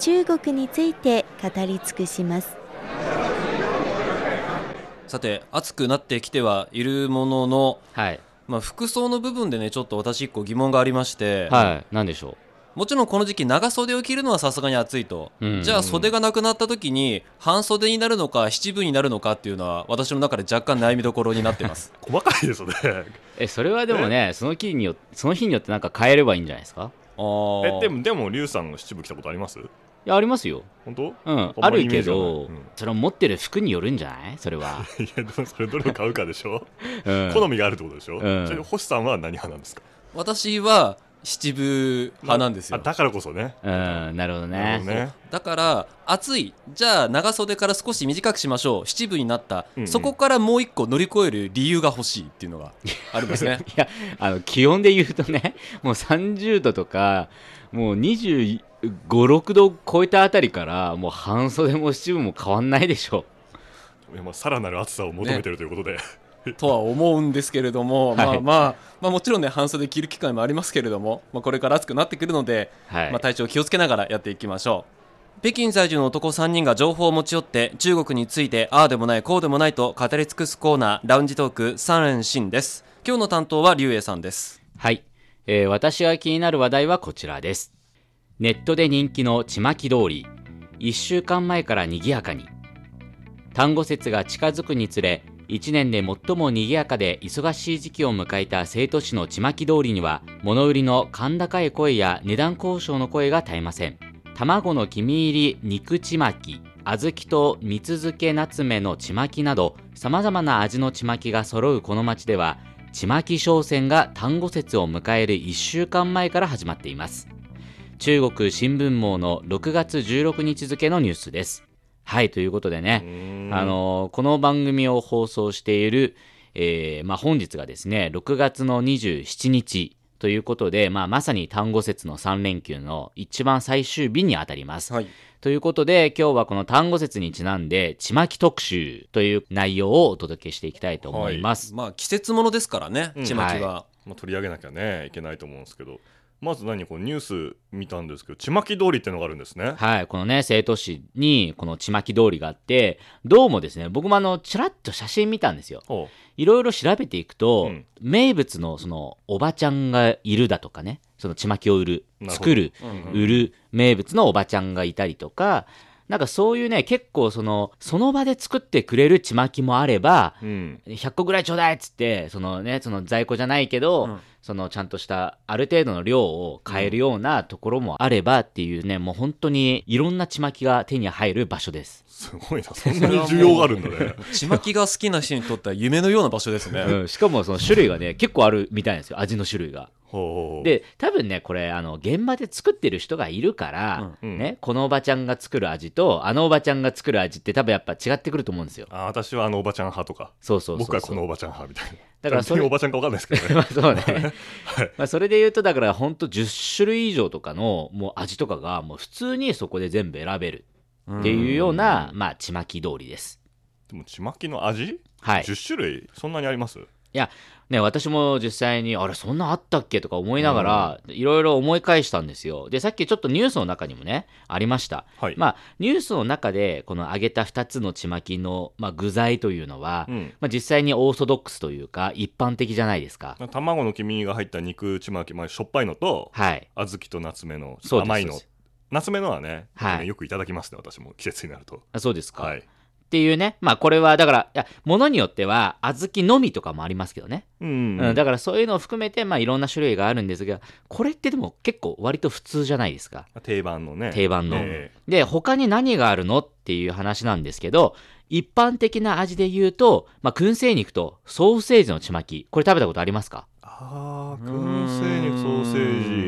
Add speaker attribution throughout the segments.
Speaker 1: 中国について語り尽くします。
Speaker 2: さて暑くなってきてはいるものの、
Speaker 3: はい。
Speaker 2: まあ、服装の部分でねちょっと私一個疑問がありまして、
Speaker 3: はい。なんでしょ
Speaker 2: もちろんこの時期長袖を着るのはさすがに暑いと、
Speaker 3: うん
Speaker 2: じゃあ袖がなくなった時に半袖になるのか七分になるのかっていうのは私の中で若干悩みどころになってます
Speaker 4: 細かいですね
Speaker 3: う。え、それはでもね、その日によその日によってなんか変えればいいんじゃないですか
Speaker 2: あー
Speaker 4: えでもでもリュウさんが七部来たことあります
Speaker 3: いや、ありますよ。
Speaker 4: 本当
Speaker 3: うん。
Speaker 4: あ
Speaker 3: あ
Speaker 4: んまり
Speaker 3: る
Speaker 4: イメー
Speaker 3: け
Speaker 4: ジはない
Speaker 3: ど、
Speaker 4: うん
Speaker 3: それは持ってる服によるんじゃないそれ は。
Speaker 4: いやでもそれどれを買うかでしょ、
Speaker 3: うん。
Speaker 4: 好みがあるってことでしょ、
Speaker 3: うん
Speaker 4: それ星さんは何派なんですか
Speaker 2: 私は七分派なんです
Speaker 4: あ
Speaker 2: よ
Speaker 4: だからこそね
Speaker 3: うん、なるほど
Speaker 4: なるほ。
Speaker 3: ね
Speaker 4: どね
Speaker 2: だから暑いじゃあ長袖から少し短くしましょう七分になった、
Speaker 4: うんうん
Speaker 2: そこからもう一個乗り越える理由が欲しいっていうのがありま すね
Speaker 3: いや、 あの、気温で言うとね、もう30度とか、もう25、6度超えたあたりから、もう半袖も七分も変わんないでしょ。
Speaker 4: いやまあさらなる暑さを求めてるということで、
Speaker 2: とは思うんですけれども、ま
Speaker 3: は
Speaker 2: あ
Speaker 3: い
Speaker 2: まあ、まあもちろんね半袖着る機会もありますけれども、まあ、これから暑くなってくるので、
Speaker 3: はい。
Speaker 2: まあ、体調気をつけながらやっていきましょう北京在住の男3人が情報を持ち寄って中国についてああでもないこうでもないと語り尽くすコーナーラウンジトーク三連新です今日の担当は劉瑛さんです
Speaker 3: はい、えー私が気になる話題はこちらですネットで人気のちまき通り1週間前から賑やかに単語節が近づくにつれ1年で最も賑やかで忙しい時期を迎えた生徒市のちまき通りには物売りの甲高い声や値段交渉の声が絶えません卵の黄身入り肉ちまき小豆と蜜漬けなつめのちまきなどさまざまな味のちまきが揃うこの町ではちまき商戦が単語節を迎える1週間前から始まっています中国新聞網の6月16日付のニュースですはいということでね、あのーこの番組を放送している、えーまあ、本日がですね6月の27日ということで、まあ、まさに単語節の3連休の一番最終日にあたります、
Speaker 2: はい
Speaker 3: ということで今日はこの単語節にちなんでちまき特集という内容をお届けしていきたいと思います、
Speaker 2: まあ季節ものですからね
Speaker 4: うん
Speaker 2: ちまきは、
Speaker 4: まあ、取り上げなきゃねいけないと思うんですけどまず何こうニュース見たんですけどちまき通りってのがあるんですね
Speaker 3: はい、このね、生徒市に、このちまき通りがあって、どうもですね、僕もあの、ちらっと写真見たんですよ。
Speaker 4: おう
Speaker 3: いろいろ調べていくと、
Speaker 4: うん
Speaker 3: 名物のその、おばちゃんがいるだとかね、そのちまきを売る
Speaker 4: なるほ、ど
Speaker 3: 作る、
Speaker 2: うんうん
Speaker 3: 売る、名物のおばちゃんがいたりとか、なんかそういうね、結構その、その場で作ってくれるちまきもあれば、
Speaker 4: うん
Speaker 3: 100個ぐらいちょうだいっつって、そのね、その在庫じゃないけど、
Speaker 2: うん
Speaker 3: そのちゃんとしたある程度の量を買えるようなところもあればっていうね、もう本当にいろんなちまきが手に入る場所です。
Speaker 4: すごいなそんなに需要があるんだね
Speaker 2: ちまきが好きな人にとっては夢のような場所ですね、
Speaker 3: うん、しかもその種類がね、結構あるみたいなんですよ、味の種類が。
Speaker 4: ほうほうほう
Speaker 3: で、多分ね、これ、あの、現場で作ってる人がいるから、
Speaker 4: うんうん
Speaker 3: ね、このおばちゃんが作る味と、あのおばちゃんが作る味って多分やっぱ違ってくると思うんですよ。
Speaker 4: あ私はあのおばちゃん派とか
Speaker 3: そうそうそうそう。
Speaker 4: 僕はこのおばちゃん派みたいな
Speaker 3: だからそ
Speaker 4: 何
Speaker 3: れ
Speaker 4: おばちゃんかわかんないですけどね
Speaker 3: まあそうね。まあそれで言うと、だから本当10種類以上とかのもう味とかがもう普通にそこで全部選べる
Speaker 2: うん
Speaker 3: っていうような、まあちまき通りです。
Speaker 4: でもちまきの味、
Speaker 3: はい。
Speaker 4: 10種類そんなにあります
Speaker 3: ね、私も実際に、あれそんなあったっけとか思いながら、いろいろ思い返したんですよ。で、さっきちょっとニュースの中にもね、ありました。
Speaker 4: はい、
Speaker 3: まあニュースの中で、この揚げた2つのちまきの、まあ、具材というのは、
Speaker 4: うん
Speaker 3: まあ実際にオーソドックスというか、一般的じゃないですか。
Speaker 4: 卵の黄身が入った肉ちまき、まあ、しょっぱいのと
Speaker 3: はい。
Speaker 4: 小豆と夏目の
Speaker 3: そうです
Speaker 4: 甘いの
Speaker 3: そうです
Speaker 4: 夏目のはね、
Speaker 3: はい
Speaker 4: よくいただきますね私も季節になると
Speaker 3: あそうですか。
Speaker 4: はい
Speaker 3: っていうね。まあこれはだから、いや、ものによっては、小豆のみとかもありますけどね。
Speaker 4: うん、
Speaker 3: うん、だからそういうのを含めて、まあいろんな種類があるんですが、これってでも結構割と普通じゃないですか。
Speaker 4: 定番のね
Speaker 3: 定番の。
Speaker 4: え
Speaker 3: で、他に何があるのっていう話なんですけど、一般的な味で言うと、まあ燻製肉とソーセージのちまき。これ食べたことありますか
Speaker 4: ああ
Speaker 2: うーん
Speaker 4: 燻製肉ソーセ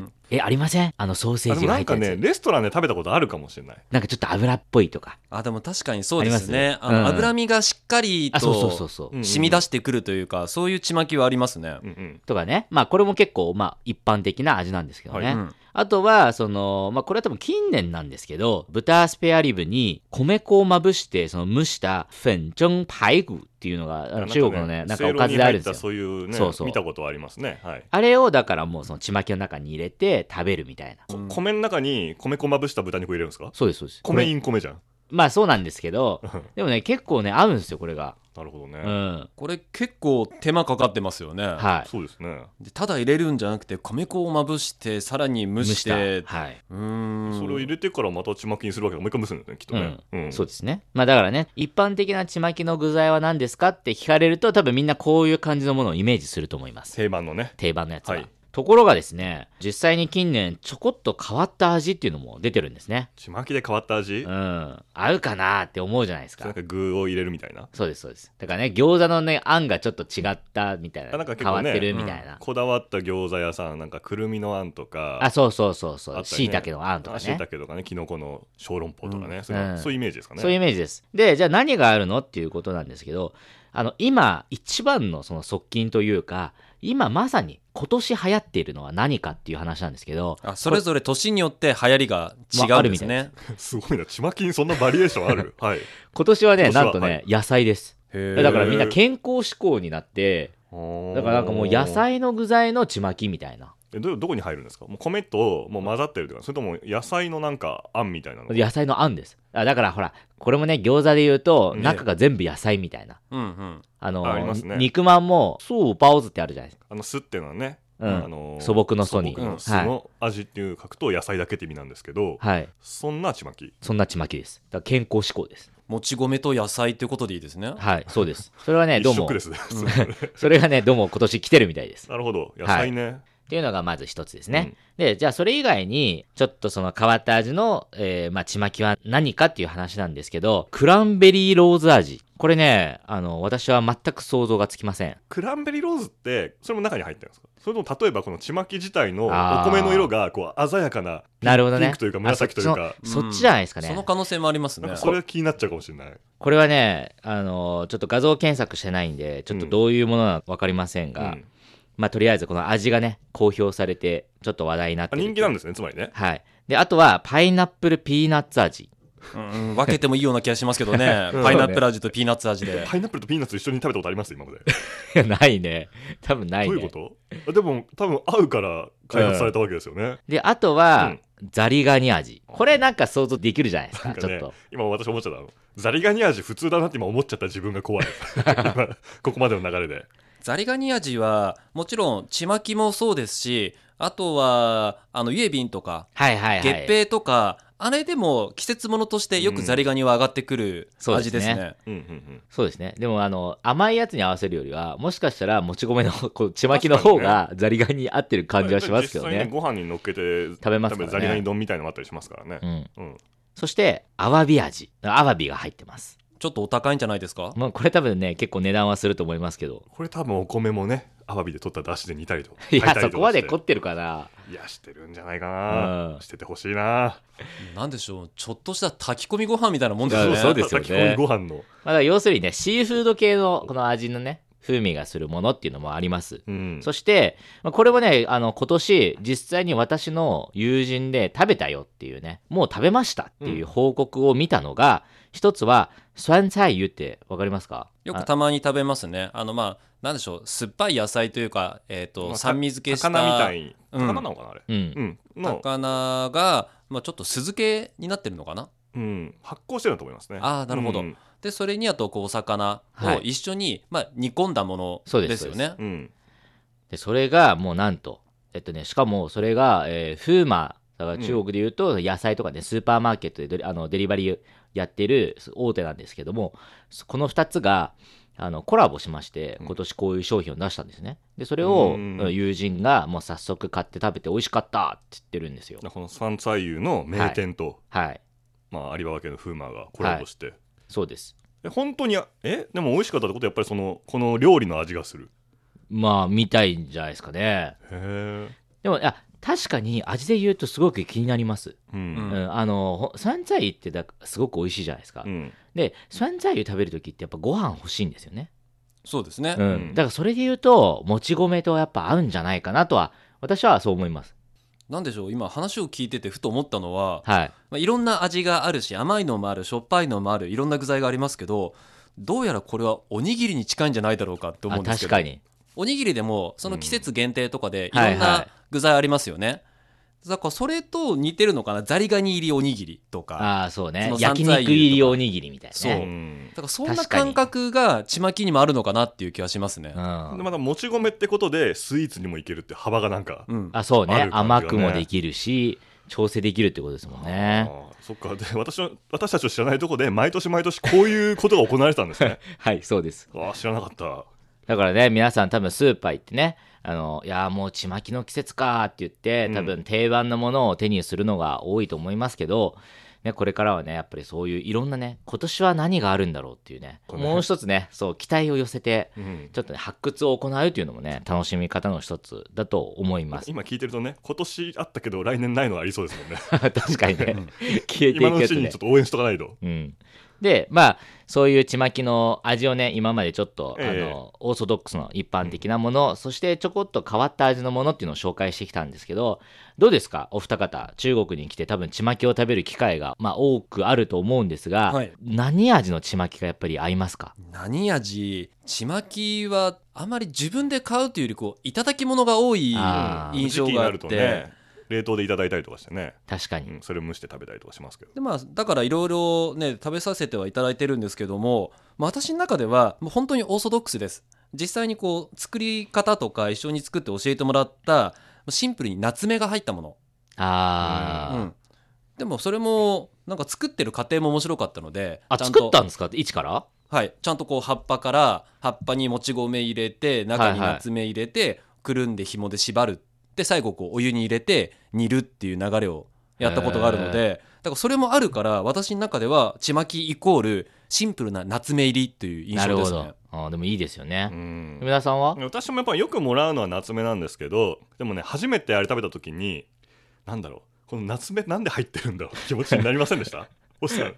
Speaker 4: ージ
Speaker 3: え、ありませんあのソーセ
Speaker 4: あ
Speaker 3: ー
Speaker 4: で
Speaker 3: ジ
Speaker 4: もな
Speaker 3: が入っ
Speaker 4: ん
Speaker 3: た
Speaker 4: か
Speaker 3: やつ。
Speaker 4: ねレストランで食べたことあるかもしれない
Speaker 3: なんかちょっと油っぽいとか。
Speaker 2: あでも確かにそうですね
Speaker 3: あ
Speaker 2: あ
Speaker 3: ります
Speaker 2: の
Speaker 3: うん
Speaker 2: 脂身がしっかり
Speaker 3: あ、そうそうそう
Speaker 2: と
Speaker 3: そう。
Speaker 4: うんうん
Speaker 2: 染み出してくるというかそういうちまきはありますね
Speaker 4: うんうん
Speaker 3: とかね。まあこれも結構、まあ一般的な味なんですけどね。
Speaker 4: は
Speaker 2: うん
Speaker 3: あとは、その、まあこれは多分近年なんですけど、豚スペアリブに米粉をまぶして、その蒸したフェンチョンパイグっていうのが、あの中国のね、なんかおかずであるんですよ。
Speaker 4: せいろに入ったそういうね
Speaker 3: そうそう
Speaker 4: 見たことはありますねはい
Speaker 3: あれをだからもうそのちまきの中に入れて食べるみたいな。
Speaker 4: こ米の中に米粉まぶした豚肉入れるんですか
Speaker 3: そうです、そうです。こ
Speaker 4: 米
Speaker 3: れ
Speaker 4: イン米じゃん
Speaker 3: まあそうなんですけど、でもね、結構ね、合うんですよ、これが。
Speaker 4: なるほどね、
Speaker 3: うん。
Speaker 2: これ結構手間かかってますよね、
Speaker 3: はい。
Speaker 4: そうですね
Speaker 2: でただ入れるんじゃなくて米粉をまぶしてさらに蒸して
Speaker 3: はい。
Speaker 2: うーん
Speaker 4: それを入れてからまたちまきにするわけだもう一回蒸すんですねきっとね、うん
Speaker 3: そうですね。まあだからね、一般的なちまきの具材は何ですかって聞かれると、多分みんなこういう感じのものをイメージすると思います。
Speaker 4: 定番のね
Speaker 3: 定番のやつは。
Speaker 4: はい
Speaker 3: ところがですね、実際に近年、ちょこっと変わった味っていうのも出てるんですね。
Speaker 4: ちまきで変わった味、
Speaker 3: うん。合うかなーって思うじゃないです
Speaker 4: なんか
Speaker 3: か。
Speaker 4: 具を入れるみたいな
Speaker 3: そうです、そうです。だからね、餃子のね、あんがちょっと違ったみたいな。
Speaker 4: あなんか結
Speaker 3: 変わ
Speaker 4: 構
Speaker 3: っ
Speaker 4: ね
Speaker 3: てるみたいな。
Speaker 4: こだわった餃子屋さんなんかくるみのあんとか
Speaker 3: あ、そうそうそうそ
Speaker 4: あ
Speaker 3: う。
Speaker 4: ったり
Speaker 3: 椎
Speaker 4: ね
Speaker 3: 茸のあんとか
Speaker 4: あ
Speaker 3: ね。
Speaker 4: しいたけとかねきのこの小籠包とかね、そういう
Speaker 3: う
Speaker 4: の
Speaker 3: ん
Speaker 4: そういうイメージですかね
Speaker 3: そういうイメージです。で、じゃあ何があるのっていうことなんですけど、あの、今、一番のその側近というか、今まさに今年流行っているのは何かっていう話なんですけど、
Speaker 2: あそれぞれ年によって流行りが違
Speaker 3: まあ
Speaker 2: う
Speaker 3: あ
Speaker 2: ん
Speaker 3: る
Speaker 2: で
Speaker 3: み
Speaker 2: す
Speaker 3: たいで
Speaker 2: ね、
Speaker 4: すごいなちまきにそんなバリエーションあ るはい
Speaker 3: 今年はね、
Speaker 4: 今年は
Speaker 3: なんとね、
Speaker 4: はい
Speaker 3: 野菜です。
Speaker 2: へー
Speaker 3: だからみんな健康志向になって、だ
Speaker 4: だ
Speaker 3: からなんかもう野菜の具材のちまきみたいな。
Speaker 4: えどどこに入るんですかもう米ともう混ざってるとかそれとも野菜のなんかあんみたいなの
Speaker 3: 野菜のあんです。あだからほら、これもね、餃子で言うと、
Speaker 4: ね
Speaker 3: 中が全部野菜みたいな。
Speaker 2: うんうん
Speaker 3: あ
Speaker 4: ああ
Speaker 3: の
Speaker 4: りますね
Speaker 3: 肉まんも、そう、バオズってあるじゃないですか。
Speaker 4: あの酢っていうのはね、
Speaker 3: うん
Speaker 4: あのー
Speaker 3: 素朴の素に
Speaker 4: 素朴の酢の味っていう書くと野菜だけって意味なんですけど、
Speaker 3: はい。
Speaker 4: そんなちまき
Speaker 3: そんなちまきです。だから健康志向です。
Speaker 2: もち米と野菜ということでいいですね
Speaker 3: はい、そうです。それはね、ど
Speaker 4: 一
Speaker 3: うも
Speaker 4: 色、ですね
Speaker 3: それがね、どうも今年来てるみたいです。
Speaker 4: なるほど野菜ね、
Speaker 3: っていうのがまず一つですね。で、じゃあそれ以外に、ちょっとその変わった味の、えー、まあ、ちまきは何かっていう話なんですけど、クランベリーローズ味。これね、あの、私は全く想像がつきません。
Speaker 4: クランベリーローズってそれも中に入ってるんですかそれとも例えばこのちまき自体のお
Speaker 3: あー
Speaker 4: 米の色がこう鮮やかなピ
Speaker 3: なるほどね
Speaker 4: ピンクというか紫というか
Speaker 3: あそっちのそっちじゃないですかね。
Speaker 2: その可能性もあります
Speaker 4: なん
Speaker 2: ね
Speaker 4: かそれが気になっちゃうかもしれない
Speaker 3: これはね、あのちょっと画像検索してないんで、ちょっとどういうものなのか分かりませんが、
Speaker 4: うん
Speaker 3: まあ、とりあえずこの味がね、公表されて、ちょっと話題になっ
Speaker 4: あ
Speaker 3: てる
Speaker 4: 人気なんですねつまりね
Speaker 3: はい。で、あとは、パイナップルピーナッツ味。
Speaker 2: うんうん分けてもいいような気がしますけど ね
Speaker 4: うん
Speaker 2: パイナップル味とピーナッツ味で
Speaker 4: パイナップルとピーナッツ一緒に食べたことあります今まで
Speaker 3: ないね。多分ない
Speaker 4: ど
Speaker 3: ね。
Speaker 4: ういうことあでも多分合うから開発されたわけですよね、
Speaker 3: で、あとは、
Speaker 4: うん
Speaker 3: ザリガニ味。これなんか想像できるじゃないですか、
Speaker 4: なん
Speaker 3: ち
Speaker 4: か
Speaker 3: ょっ
Speaker 4: ね
Speaker 3: と。、
Speaker 4: 今私思っちゃったのザリガニ味普通だなって今思っちゃった自分が 怖い今ここまでの流れで
Speaker 2: ザリガニ味はもちろんちまきもそうですしあとはあのゆえびんとか
Speaker 3: はいはいはい。
Speaker 2: 月餅とかあれでも季節ものとしてよくザリガニは上がってくる
Speaker 3: そうです
Speaker 2: 味
Speaker 3: ね
Speaker 2: ですね
Speaker 4: うんうんうん
Speaker 3: そうですね。でも、あの、甘いやつに合わせるよりは、もしかしたら、もち米の、こう、ちまきの方が、ザリガニに合ってる感じはしますけど
Speaker 4: 実際
Speaker 3: ね。
Speaker 4: ご飯に乗っけて食
Speaker 3: 食べますからね
Speaker 4: ザリガニ丼みたいなのもあったりしますからね
Speaker 3: う、ん。
Speaker 4: うん
Speaker 3: そして、アワビ味。アワビが入ってます。
Speaker 2: ちょっとお高いんじゃないですか
Speaker 3: まあ、これ多分ね、結構値段はすると思いますけど。
Speaker 4: これ多分お米もねアワビで取った出汁で煮たりと
Speaker 3: い
Speaker 4: 炊
Speaker 3: や、
Speaker 4: た
Speaker 3: そ
Speaker 4: りと
Speaker 3: こ
Speaker 4: か
Speaker 3: ま
Speaker 4: して
Speaker 3: で凝ってるかな。
Speaker 4: いやしてるんじゃないかな、
Speaker 3: うん
Speaker 4: しててほしいな
Speaker 2: なんでしょうちょっとした炊き込みご飯みたいなもんです
Speaker 3: そ
Speaker 2: よ
Speaker 3: う
Speaker 2: ね
Speaker 3: そうですよね
Speaker 4: 炊き込みご飯の、
Speaker 3: まあだから要するにね、シーフード系の、この味のね、風味がするものっていうのもあります。
Speaker 4: うん、
Speaker 3: そして、まあこれもね、あの、今年、実際に私の友人で食べたよっていうね、もう食べましたっていう報告を見たのが、一つは、酸菜油ってわかりますか
Speaker 2: よく
Speaker 3: あ
Speaker 2: たまに食べますね。あのまあなんでしょう酸っぱい野菜というか、えっと
Speaker 4: まあ
Speaker 2: 酸味付けした
Speaker 4: 魚みたいに
Speaker 2: うん
Speaker 4: 魚なのかなあれ
Speaker 3: うん。
Speaker 4: うん、の、
Speaker 2: 魚が、まあ、ちょっと酢漬けになってるのかな
Speaker 4: うん、発酵してるんだと思いますね
Speaker 2: あーなるほど
Speaker 4: うん
Speaker 2: でそれにあとこうお魚
Speaker 3: は
Speaker 2: を
Speaker 3: い
Speaker 2: 一緒に、まあ、煮込んだも
Speaker 3: そう
Speaker 2: の
Speaker 3: で
Speaker 2: ですすよね。
Speaker 4: うん
Speaker 3: で、それが、もうなんと、えっとね、しかも、それが、えー、フーマー、だから中国で言うと、野菜とかね、スーパーマーケットでドリあのデリバリーやってる大手なんですけども、そこの2つが、あのコラボしまして、
Speaker 4: うん
Speaker 3: 今年こういう商品を出したんですね。で、それを
Speaker 4: うん
Speaker 3: 友人がもう早速買って食べて美味しかったって言ってるんですよ。
Speaker 4: この三彩油の名店と、
Speaker 3: はい。
Speaker 4: まあ、有馬家の風磨がコラボして、
Speaker 3: そうです。
Speaker 4: え本当にえでも美味しかったってことはやっぱりそのこの料理の味がする
Speaker 3: まあ、見たいんじゃないですかね。
Speaker 4: へえ
Speaker 3: でも、あ、確かに味で言うとすごく気になります。
Speaker 4: う
Speaker 3: うんん、あの、ほ酸菜魚ってだすごく美味しいじゃないですか。
Speaker 4: うん
Speaker 3: で、酸菜魚食べるときってやっぱご飯欲しいんですよね。
Speaker 2: そうですね、
Speaker 3: うん。だからそれで言うと、もち米とやっぱ合うんじゃないかなとは、私はそう思います。
Speaker 2: なんでしょう今話を聞いててふと思ったのは、
Speaker 3: はい。
Speaker 2: まあ、いろんな味があるし甘いのもあるしょっぱいのもあるいろんな具材がありますけどどうやらこれはおにぎりに近いんじゃないだろうかって思う
Speaker 3: あ
Speaker 2: んですけ
Speaker 3: 確
Speaker 2: ど
Speaker 3: かに。
Speaker 2: おにぎりでもその季節限定とかでい
Speaker 3: うん
Speaker 2: ろん
Speaker 3: はいは
Speaker 2: ない具材ありますよね、だからそれと似てるのかなザリガニ入りおにぎりとか
Speaker 3: ああ、そうね
Speaker 2: そ。の
Speaker 3: 焼
Speaker 2: 酸菜
Speaker 3: 肉
Speaker 2: 魚
Speaker 3: 入りおにぎりみたいな
Speaker 2: そう
Speaker 4: う
Speaker 3: ね。
Speaker 4: ん
Speaker 2: だからそんな
Speaker 3: 確かに
Speaker 2: 感覚がちまきにもあるのかなっていう気はしますね
Speaker 3: う。ん
Speaker 4: でまだもち米ってことでスイーツにもいけるって幅がなんか、
Speaker 2: うん、
Speaker 3: あ、そう
Speaker 4: あ
Speaker 3: ね
Speaker 4: る感じがね
Speaker 3: 甘くもできるし、調整できるってことですもんね。
Speaker 4: あーそっかで私の私たちを知らないとこで毎年毎年こういうことが行われてたんですね
Speaker 3: はい、そうです。
Speaker 4: あー知らなかった
Speaker 3: だからね、皆さん多分スーパー行ってね、あの、いやーもうちまきの季節かーって言って
Speaker 4: う、ん
Speaker 3: 多分定番のものを手にするのが多いと思いますけど、ね、これからはね、やっぱりそういういろんなね、今年は何があるんだろうっていうね、
Speaker 4: これ
Speaker 3: もう一つね、そう、期待を寄せて、
Speaker 4: うん
Speaker 3: ちょっとね、発掘を行うというのもね、楽しみ方の一つだと思います。
Speaker 4: 今聞いてるとね今年あったけど来年ないのはありそうですもんね
Speaker 3: 確かにね、消えていく
Speaker 4: 今のう
Speaker 3: や
Speaker 4: ち
Speaker 3: つ
Speaker 4: に
Speaker 3: ね
Speaker 4: ちょっ。と応援しとかないと
Speaker 3: うん、でまあそういうちまきの味をね今までちょっと、
Speaker 4: ええ
Speaker 3: あのオーソドックスの一般的なもの、そしてちょこっと変わった味のものっていうのを紹介してきたんですけどどうですかお二方中国に来て多分ちまきを食べる機会が、まあ、多くあると思うんですが、
Speaker 2: はい
Speaker 3: 何味のちまきがやっぱり合いますか
Speaker 2: 何味ちまきはあまり自分で買うというよりこういただき物が多い
Speaker 3: あー
Speaker 2: 印象
Speaker 4: 時期に
Speaker 2: があ
Speaker 4: な
Speaker 2: っ
Speaker 4: ると
Speaker 2: て、
Speaker 4: ね冷凍でいただいたりとかしてね、
Speaker 3: 確か
Speaker 4: う
Speaker 3: に、
Speaker 4: ん、それを蒸して食べたりとかしますけど
Speaker 2: でまあ、だからいろいろね食べさせてはいただいてるんですけども、まあ、私の中ではもう本当にオーソドックスです実際にこう作り方とか一緒に作って教えてもらったシンプルに夏目が入ったもの、
Speaker 3: あー、
Speaker 2: うんでもそれもなんか作ってる過程も面白かったので
Speaker 3: あ
Speaker 2: ちゃんと
Speaker 3: 作ったんですか一から
Speaker 2: はい、ちゃんとこう葉っぱから葉っぱにもち米入れて中に
Speaker 3: はいはい
Speaker 2: 夏目入れて、くるんで紐で縛るで最後こうお湯に入れて煮るっていう流れをやったことがあるので、だからそれもあるから私の中ではちまきイコールシンプルな夏目入りという印
Speaker 3: な
Speaker 2: 象
Speaker 3: る
Speaker 2: で
Speaker 3: ほ
Speaker 2: す
Speaker 3: ど
Speaker 2: ね。
Speaker 3: あーでもいいですよ
Speaker 4: う
Speaker 3: ね、
Speaker 4: ん
Speaker 3: 皆さんは
Speaker 4: 私もやっぱよくもらうのは夏目なんですけどでもね初めてあれ食べた時になんだろうこの夏目なんで入ってるんだろうって気 持ちになりませんでした おっさん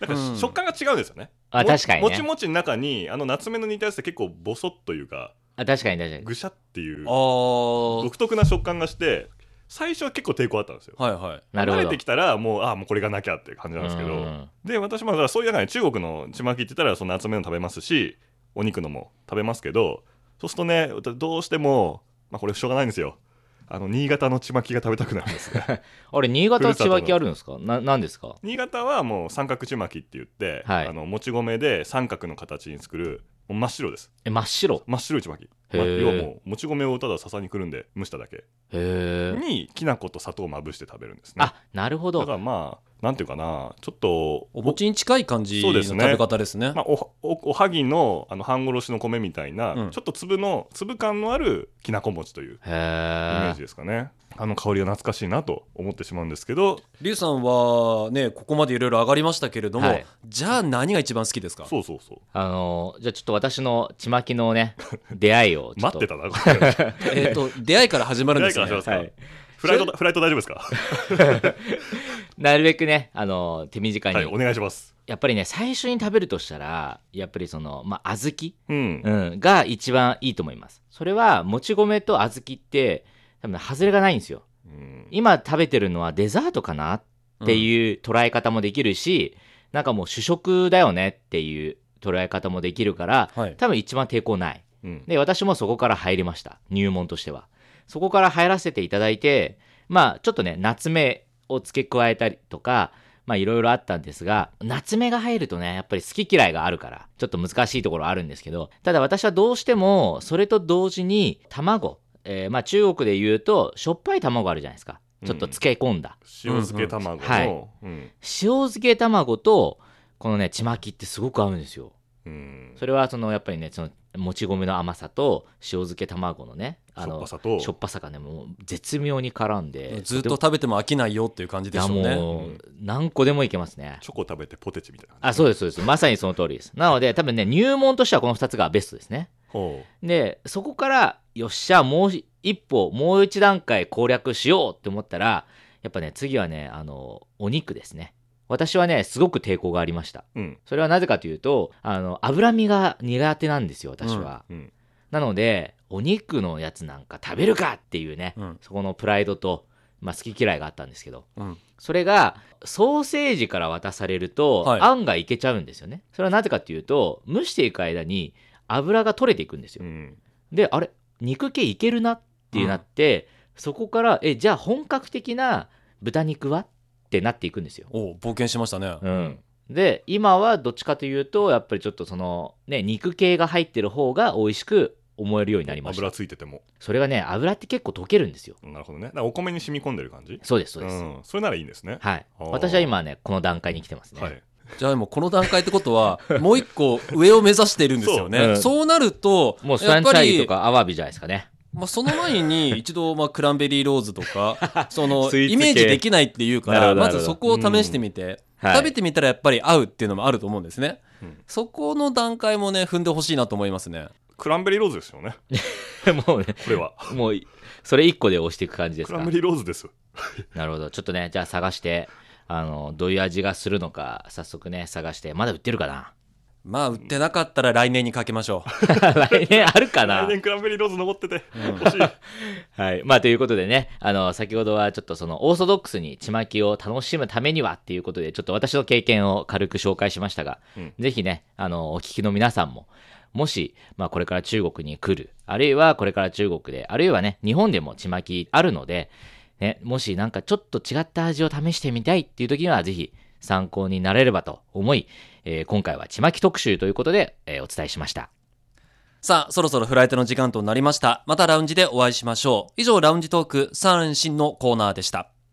Speaker 4: なんか
Speaker 2: うん
Speaker 4: 食感が違うんですよね、
Speaker 3: あ確かにね
Speaker 4: もちもちの中にあの夏目の煮たやつって結構ボソッというか
Speaker 3: あ確かに確かに
Speaker 4: ぐしゃっていう
Speaker 2: あー
Speaker 4: 独特な食感がして最初は結構抵抗あったんですよ
Speaker 2: はいはい
Speaker 3: なるほ
Speaker 4: 慣
Speaker 3: ど
Speaker 4: れてきたらもうああもうこれがなきゃっていう感じなんですけ
Speaker 3: う
Speaker 4: ど
Speaker 3: ん
Speaker 4: で私もだからそういう中に中国のちまきって言ったらその厚めの食べますしお肉のも食べますけどそうするとねどうしても、まあ、これしょうがないんですよあの新潟のちまきが食べたくなるんですね
Speaker 3: あれ、新潟
Speaker 4: ふるさ
Speaker 3: ち
Speaker 4: との
Speaker 3: まきあるんですかな、なんですか
Speaker 4: 新潟はもう三角ちまきって言って、
Speaker 3: はい
Speaker 4: あのもち米で三角の形に作るもう真っ白です
Speaker 3: え、真っ白。
Speaker 4: 真っ白いちまき、
Speaker 3: へー
Speaker 4: まあ要はもうもち米をただ笹にくるんで蒸しただけ
Speaker 3: へえ。
Speaker 4: にきな粉と砂糖をまぶして食べるんですね
Speaker 3: あ、なるほ
Speaker 4: だか
Speaker 3: ど。
Speaker 4: らまあなんていうかなちょっと
Speaker 2: お餅に近い感じ
Speaker 4: そう
Speaker 2: の
Speaker 4: で
Speaker 2: 食
Speaker 4: すね
Speaker 2: べ方ですね
Speaker 4: まあ、おはおおはぎのあの半殺しの米みたいな、
Speaker 2: うん
Speaker 4: ちょっと粒の粒感のあるきなこ餅というイ
Speaker 3: へ
Speaker 4: メー
Speaker 3: え
Speaker 4: ジ。ですかね、あの香りが懐かしいなと思ってしまうんですけど
Speaker 2: リュウさんはねここまでいろいろ上がりましたけれども、
Speaker 3: はい
Speaker 2: じゃあ何が一番好きですか
Speaker 4: そうそうそ
Speaker 3: あのー、じゃあちょっと私のちまき のね、出会いを
Speaker 4: う
Speaker 3: ちょ
Speaker 4: 待
Speaker 3: っと。
Speaker 4: ってたなこ れ
Speaker 2: えっと出会いから始まるんですよ
Speaker 4: 出会いから
Speaker 2: ね
Speaker 4: 始まる
Speaker 3: はい。
Speaker 4: フライトフライト大丈夫ですか
Speaker 3: なるべくね、あのー、手短に、
Speaker 4: はいお願いします
Speaker 3: やっぱりね、最初に食べるとしたら、やっぱりその、まあ、小
Speaker 4: うん、
Speaker 3: 豆、うん、が一番いいと思います。それは、もち米と小豆って、多分ね、外れがないんですよ。
Speaker 4: うん
Speaker 3: 今食べてるのはデザートかなって
Speaker 2: うん
Speaker 3: いう捉え方もできるし、なんかもう主食だよねっていう捉え方もできるから、
Speaker 2: はい
Speaker 3: 多分一番抵抗ない。
Speaker 4: うん
Speaker 3: で、私もそこから入りました。入門としては。そこから入らせていただいて、まあちょっとね、夏目を付け加えたりとか、まあいろいろあったんですが、夏目が入るとね、やっぱり好き嫌いがあるから、ちょっと難しいところあるんですけど、ただ私はどうしても、それと同時に卵、えーまあ中国で言うと、しょっぱい卵あるじゃないですか。ちょっと漬け込んだ。
Speaker 4: 塩漬け卵の、
Speaker 3: はい
Speaker 4: うん
Speaker 3: 塩漬け卵とこのねちまきってすごく合うんですよ
Speaker 4: うん、
Speaker 3: それはそのやっぱりねそのもち米の甘さと塩漬け卵のねあ
Speaker 4: しょっ
Speaker 3: の
Speaker 4: ぱさと
Speaker 3: しょっぱさがねもう絶妙に絡んで
Speaker 2: ずっと
Speaker 3: とて
Speaker 2: 食べても飽きないよっていう感じでしょう
Speaker 3: もい
Speaker 2: ね。
Speaker 3: やもう何個でもいけますね
Speaker 4: チョコ食べてポテチみたいな
Speaker 3: あそうですそうですまさにその通りですなので多分ね入門としてはこの2つがベストですね
Speaker 4: ほ
Speaker 3: でそこからよっしゃもう一歩もう一段階攻略しようって思ったらやっぱね次はねあのお肉ですね私はねすごく抵抗がありました
Speaker 4: うん
Speaker 3: それはなぜかというとあの脂身が苦手なんですよ私は、
Speaker 4: うんうん
Speaker 3: なのでお肉のやつなんか食べるかっていうね、
Speaker 2: うん
Speaker 3: そこのプライドと、まあ、好き嫌いがあったんですけど
Speaker 2: うん
Speaker 3: それがソーセージから渡されると、
Speaker 2: はい
Speaker 3: 案外いけちゃうんですよねそれはなぜかというと蒸していく間に油が取れていくんですよ、
Speaker 4: うん
Speaker 3: であれ肉系いけるなってなって、そこからえじゃあ本格的な豚肉はってなっていくんですよ、
Speaker 2: おう冒険しましたね、
Speaker 3: うん、で今はどっちかというとやっぱりちょっとそのね肉系が入ってる方が美味しく思えるようになりました
Speaker 4: 油ついてても
Speaker 3: それがね油って結構溶けるんですよ
Speaker 4: なるほどねだからお米に染み込んでる感じ
Speaker 3: そうですそうです、
Speaker 4: ん、それならいいんですね
Speaker 3: はい
Speaker 4: あー
Speaker 3: 私は今ねこの段階に来てますね、
Speaker 4: はい、
Speaker 2: じゃあもうこの段階ってことはもう一個上を目指しているんですよねそう,、
Speaker 3: そううん
Speaker 2: なると
Speaker 3: もうス
Speaker 2: や
Speaker 3: タ
Speaker 2: っ
Speaker 3: ンチ
Speaker 2: ぱ
Speaker 3: ャイ
Speaker 2: り
Speaker 3: とかアワビじゃないですかね
Speaker 2: まあ、その前に一度、まあ、クランベリーローズとか その
Speaker 3: スイーツ系
Speaker 2: イメージできないっていうか
Speaker 3: なる
Speaker 2: ら
Speaker 3: ほど
Speaker 2: ま
Speaker 3: なるほど
Speaker 2: ずそこを試してみて、
Speaker 3: はい
Speaker 2: 食べてみたらやっぱり合うっていうのもあると思うんですね、
Speaker 4: うん
Speaker 2: そこの段階もね踏んでほしいなと思いますね
Speaker 4: クランベリーローズですよね
Speaker 3: もう
Speaker 4: こ
Speaker 3: ね
Speaker 4: れは
Speaker 3: もうそれ一個で押していく感じです
Speaker 4: ク
Speaker 3: か
Speaker 4: ランベリーローズです
Speaker 3: なるほどちょっとねじゃあ探してあのどういう味がするのか早速ね探してまだ売ってるかな
Speaker 2: まあ売ってなかったら来年にかけましょ
Speaker 3: 来年あるかな
Speaker 4: 来年クランベリーローズ残ってて
Speaker 2: う、うん
Speaker 4: 欲しい
Speaker 3: はい。まあ、ということでね、あの、先ほどはちょっとその、オーソドックスにちまきを楽しむためにはっていうことで、ちょっと私の経験を軽く紹介しましたが、
Speaker 4: うん
Speaker 3: ぜひね、あの、お聞きの皆さんも、もし、まあ、これから中国に来る、あるいはこれから中国で、あるいはね、日本でもちまきあるので、ね、もしなんかちょっと違った味を試してみたいっていう時には、ぜひ参考になれればと思い、えー今回はちまき特集ということで、えーお伝えしました。
Speaker 2: さあ、そろそろフライトの時間となりました。またラウンジでお会いしましょう。以上、ラウンジトーク、サンシンのコーナーでした。